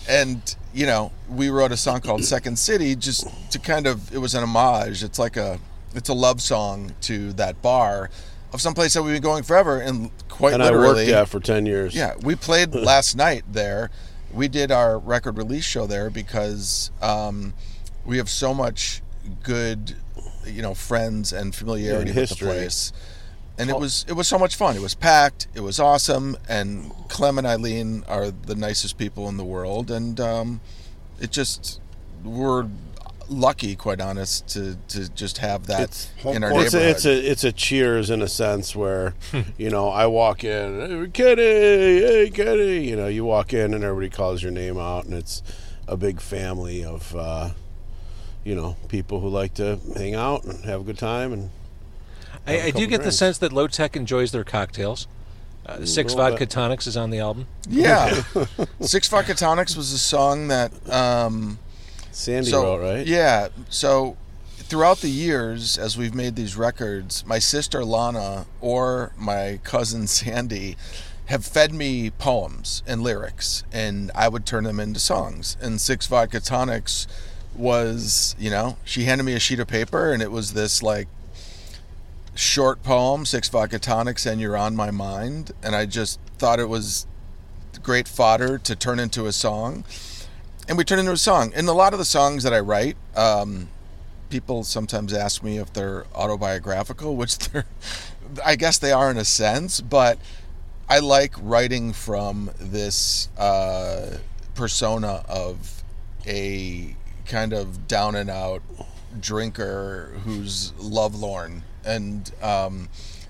and you know we wrote a song called second city just to kind of it was an homage it's like a it's a love song to that bar of some place that we've been going forever and quite
And I worked
literally
there for 10 years.
yeah we played last night there we did our record release show there because um, we have so much good you know friends and familiarity
And
with the
history.
place and it was it was so much fun. It was packed. It was awesome. And Clem and Eileen are the nicest people in the world, and um, it just we're lucky, quite honest, to to just have that
It's
in our
It's
neighborhood.
a, it's a it's a cheers in a sense where, you know, I walk in, hey, Kenny, hey Kenny, you know, you walk in and everybody calls your name out, and it's a big family of, uh, you know, people who like to hang out and have a good time, and
I, I do
couple
get the
drinks.
sense that low tech enjoys their cocktails. Uh, Six
little
Vodka Tonics is on the album.
yeah, Six Vodka Tonics was a song that. Um,
Sandy
so
wrote right.
yeah, so throughout the years, as we've made these records, my sister Lana or my cousin Sandy have fed me poems and lyrics, and I would turn them into songs. And Six Vodka Tonics was, you know, she handed me a sheet of paper, and it was this like short poem, Six Vodka Tonics, and You're on My Mind, and I just thought it was great fodder to turn into a song and we turn it into a song. And a lot of the songs that I write, um, people sometimes ask me if they're autobiographical, which they're, I guess they are in a sense, but I like writing from this uh, persona of a kind of down and out drinker who's lovelorn. And um,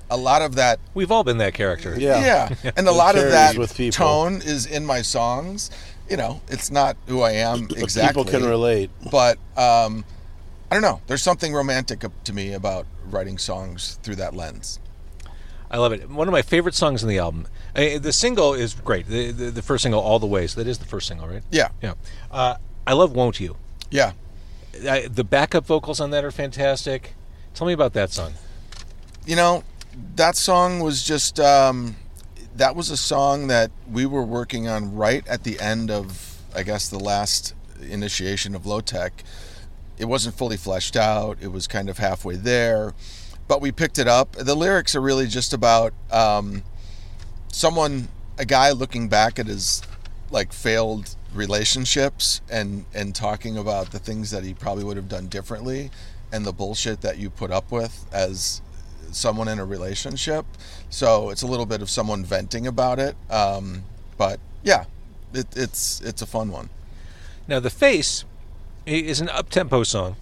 a lot of that
We've all been that character.
yeah,
yeah. And a lot of
carries
that
with people.
tone is in my songs. You know, it's not who I am exactly.
People can relate.
But um, I don't know. There's something romantic up to me about writing songs through that lens.
I love it. One of my favorite songs on the album. I, the single is great. The, the the first single, "All the Ways," that is the first single, right?
Yeah.
Yeah. Uh, I love "Won't You."
Yeah.
I, the backup vocals on that are fantastic. Tell me about that song.
you know, that song was just um, that was a song that we were working on right at the end of, I guess, the last initiation of Low Tech. It wasn't fully fleshed out. It was kind of halfway there, but we picked it up. The lyrics are really just about um, someone, a guy looking back at his like failed relationships and and talking about the things that he probably would have done differently and the bullshit that you put up with as someone in a relationship. So it's a little bit of someone venting about it. Um, but yeah, it, it's it's a fun one.
Now, "The Face" i- is an up-tempo song,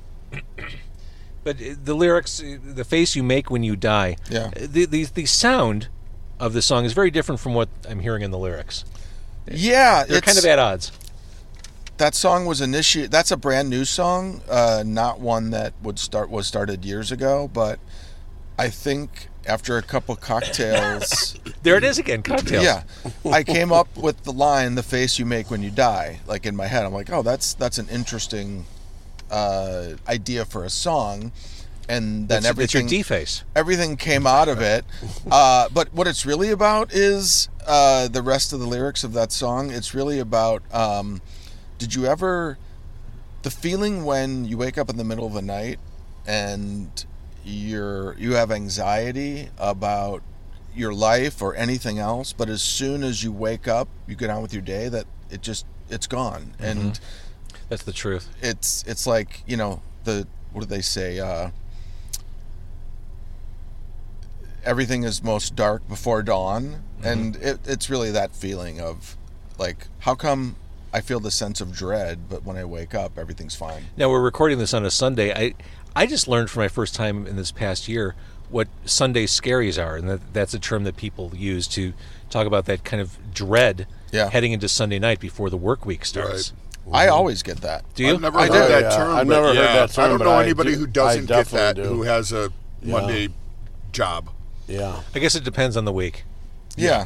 but uh, the lyrics, uh, "The face you make when you die,"
Yeah.
uh, the the, the sound of the song is very different from what I'm hearing in the lyrics.
Yeah,
They're kind of at odds.
that song was initiated. That's a brand new song, uh, not one that would start was started years ago. But I think after a couple cocktails.
There it is again. Cocktails.
Yeah, I came up with the line "the face you make when you die." Like in my head, I'm like, "Oh, that's that's an interesting uh, idea for a song," and then
That's, that's your
everything
D face.
everything came out of it. Uh, but what it's really about is uh, the rest of the lyrics of that song. It's really about um, did you ever the feeling when you wake up in the middle of the night and you're you have anxiety about your life or anything else, but as soon as you wake up, you get on with your day that it just it's gone and
That's the truth.
it's it's like you know the what do they say uh everything is most dark before dawn
Mm-hmm.
and it, it's really that feeling of like how come i feel the sense of dread but when i wake up everything's fine
Now we're recording this on a Sunday. I I just learned for my first time in this past year what Sunday scaries are, and that, that's a term that people use to talk about that kind of dread
Yeah.
heading into Sunday night before the work week starts.
i always get that
Mm-hmm. Do you?
I've never
I
heard
do.
that
Yeah,
term.
I've
but
never heard
yeah,
that term,
I don't
but
know
I
anybody
do-
who
I
doesn't get
definitely
that
do.
who has a Monday job.
Yeah.
I guess it depends on the week.
yeah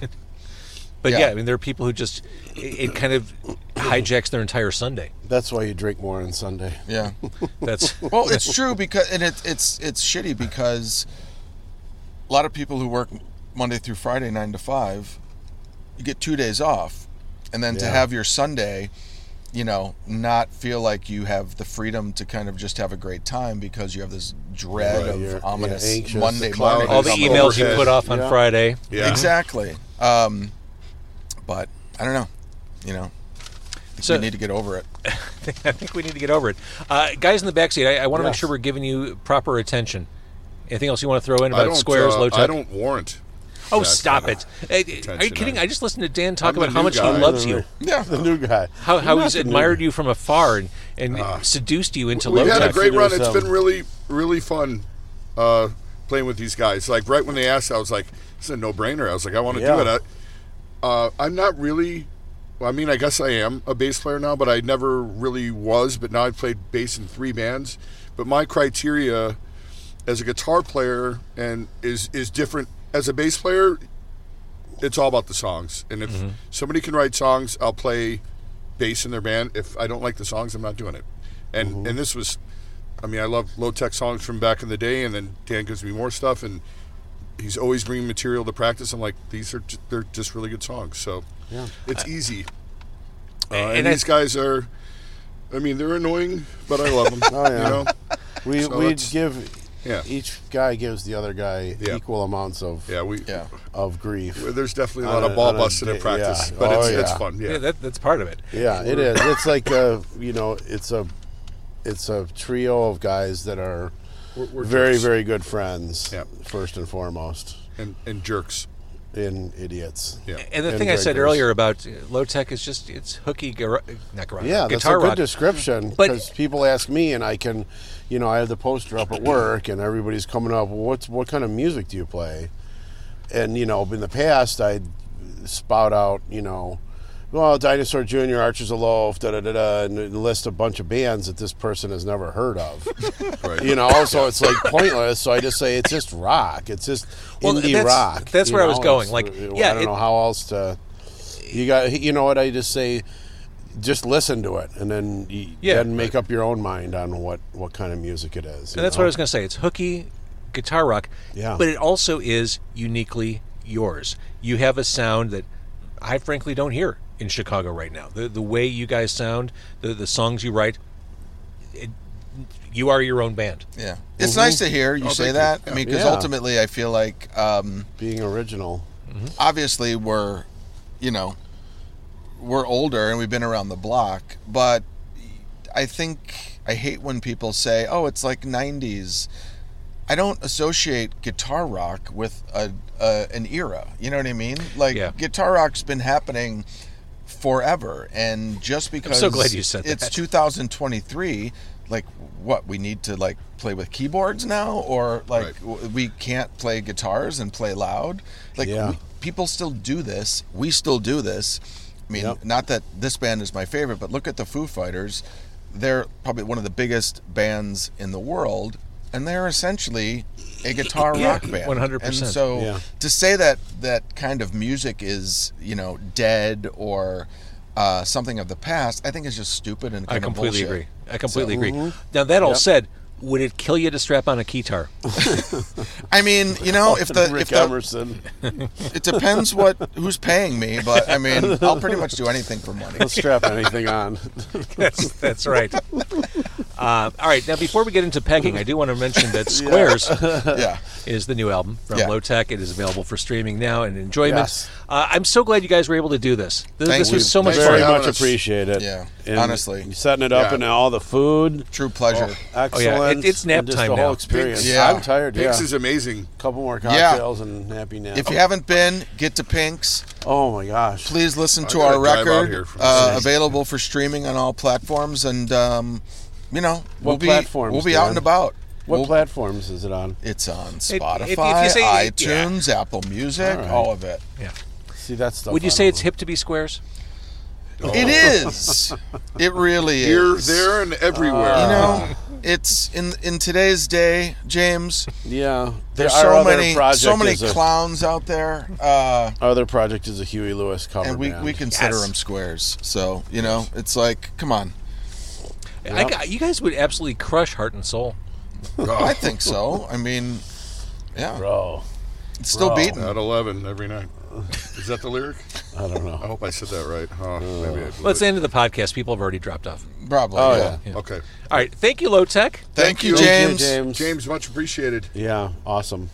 But yeah,
Yeah.
I mean there are people who just it, it kind of hijacks their entire Sunday.
That's why you drink more on Sunday.
yeah
That's
well it's true because and it, it's it's shitty because a lot of people who work monday through friday nine to five you get two days off and then to
Yeah.
have your sunday you know not feel like you have the freedom to kind of just have a great time because you have this dread
Right,
of
you're-
ominous
you're anxious, the
monday
cloud
morning
is
all the
Some
emails you
overhead.
put off on
Yeah.
Friday.
Yeah.
exactly um but i don't know you know I think
So-
we need to get over it
I think we need to get over it. Uh, guys in the backseat, I, I want to make
Yes.
sure we're giving you proper attention. Anything else you want to throw in
I
about
don't.
squares,
uh,
low tech?
I don't warrant.
Oh,
that
stop
kind
it! Hey, hey, Are you
attention.
kidding?
I-
I just listened to Dan talk
I'm the
about how
new
much
guy.
he loves you,
Yeah.
The new guy.
how how
Not
he's
the new-
admired you from afar and, and seduced you into low
We've Uh, had a
tech.
great run. It's
Consider
been really, really fun uh, playing with these guys. Like right when they asked, I was like, "It's a no-brainer." I was like, "I want to
Yeah.
do it." I, uh, I'm not really. Well, I mean, I guess I am a bass player now, but I never really was. But now I've played bass in three bands. But my criteria as a guitar player and is is different as a bass player. It's all about the songs, and if
Mm-hmm.
somebody can write songs, I'll play bass in their band. If I don't like the songs, I'm not doing it. And
Mm-hmm.
and this was, I mean, I love low tech songs from back in the day, and then Dan gives me more stuff, and he's always bringing material to practice. I'm like, these are ju- they're just really good songs, so yeah. it's easy. Uh, and
I-
these guys are, I mean, they're annoying, but I love them.
Oh, yeah.
You know,
We
So
we
it's-
give
yeah.
each guy gives the other guy
Yeah.
equal amounts of
yeah, we.
yeah
of grief.
Well, There's definitely a
On
lot
a-
of ball
on a
busting
day-
in practice,
yeah.
but it's,
Oh,
it's
yeah.
fun. Yeah.
Yeah, that, that's part of it.
Yeah, it is. It's like a you know, it's a it's a trio of guys that are
We're- we're
very
jerks
very good friends
Yeah.
first and foremost,
and, and jerks.
in idiots.
Yeah.
And the
And
thing I said
breakers.
earlier about low tech is just it's hooky, gar- not garage,
Yeah, that's a
guitar
good
rock.
description
But-
because people ask me, and I can, you know, I have the poster up at work, and everybody's coming up. Well, what's what kind of music do you play? And you know, in the past, I'd spout out, you know, well, Dinosaur Jr., Archers of Loaf, da da da da, and list a bunch of bands that this person has never heard of.
Right.
You know, so it's like pointless. So I just say it's just rock. It's just
Well,
indie
that's-
rock.
that's
you
where I was
know?
going,
It's- uh,
like,
I
yeah,
don't
it-
know how else to. You got. You know what? I just say just listen to it and then you,
Yeah.
then make up your own mind on what what kind of music it is. you
And that's
know?
what I was going to say. It's hooky, guitar rock,
uh, Yeah.
but it also is uniquely yours. You have a sound that I frankly don't hear in Chicago right now. The the way you guys sound, the the songs you write, it, you are your own band.
yeah it's nice to hear you say that i mean because
Yeah.
ultimately i feel like um
being original.
obviously we're you know we're older and we've been around the block but i think i hate when people say oh it's like 90s i don't associate guitar rock with a, a an era you know what i mean like
Yeah.
guitar rock's been happening forever and just because
so glad you said
it's
that.
2023 like what we need to like play with keyboards now or like
Right.
w- we can't play guitars and play loud like
Yeah.
we, people still do this we still do this i mean
Yep.
not that this band is my favorite but look at the foo fighters they're probably one of the biggest bands in the world and they're essentially a guitar
Yeah,
rock band
100%.
and so
Yeah.
to say that that kind of music is you know dead or uh, something of the past i think is just stupid and
I
kind of
completely
bullshit.
mm-hmm.
agree. I completely agree. Now that all said, Would it kill you to strap on a keytar?
I mean, you know, if the
Rick
if the,
Emerson.
it depends what who's paying me, but I mean, I'll pretty much do anything for money.
Let's strap anything on.
That's that's right. Uh, all right, now before we get into pegging, I do want to mention that Squares
Yeah.
is the new album from
Yeah.
Low Tech. It is available for streaming now and enjoyment.
Yes.
Uh, I'm so glad you guys were able to do this. This,
Thank
this
you.
was so much
Thank
fun.
Very
you.
much
honest.
appreciate it.
Yeah,
And
honestly.
setting it up
Yeah.
and all the food.
True pleasure.
Oh,
Excellent.
Oh, it- it's nap
and just
time
the
now.
whole experience.
Pigs- Yeah.
I'm tired.
Pix
yeah.
is amazing.
a couple more
Yeah.
cocktails and happy nap.
If you haven't been, get to Pink's.
oh my gosh.
Please listen to
I gotta
our
drive out here
record.
from
Uh,
Cincinnati.
available for streaming on all platforms, and um, you know, we'll be
platforms,
we'll be out
Dan?
and about.
What
We'll-
platforms is it on?
It's on
if-
Spotify,
if you say- yeah.
iTunes, Apple Music,
All right.
all of it.
Yeah.
See that stuff.
Would you
I
say
don't
it's hip to be Squares?
Oh.
It is. It really is.
Here, there, and everywhere.
You
Uh.
know, it's in in today's day, James.
know. Yeah.
There's
Our
so
other
many
project
so many
is a-
clowns out there, uh,
Our other project is a Huey Lewis cover
and we
band.
we consider
Yes.
them squares. So you know, it's like, come on.
I got- you guys would absolutely crush Heart and Soul.
I think so. I mean, yeah,
Bro,
it's still
bro.
beaten.
At 11 every night. Is that the lyric?
I don't know.
I hope I said that right. Huh? Maybe I blew
Well, it's
it.
the end of the podcast. People have already dropped off.
Probably.
Oh,
yeah.
yeah.
Okay.
All right, thank you, Low Tech.
Thank, you,
you. Thank
Thank you,
James.
James.
James, much appreciated.
Yeah, awesome.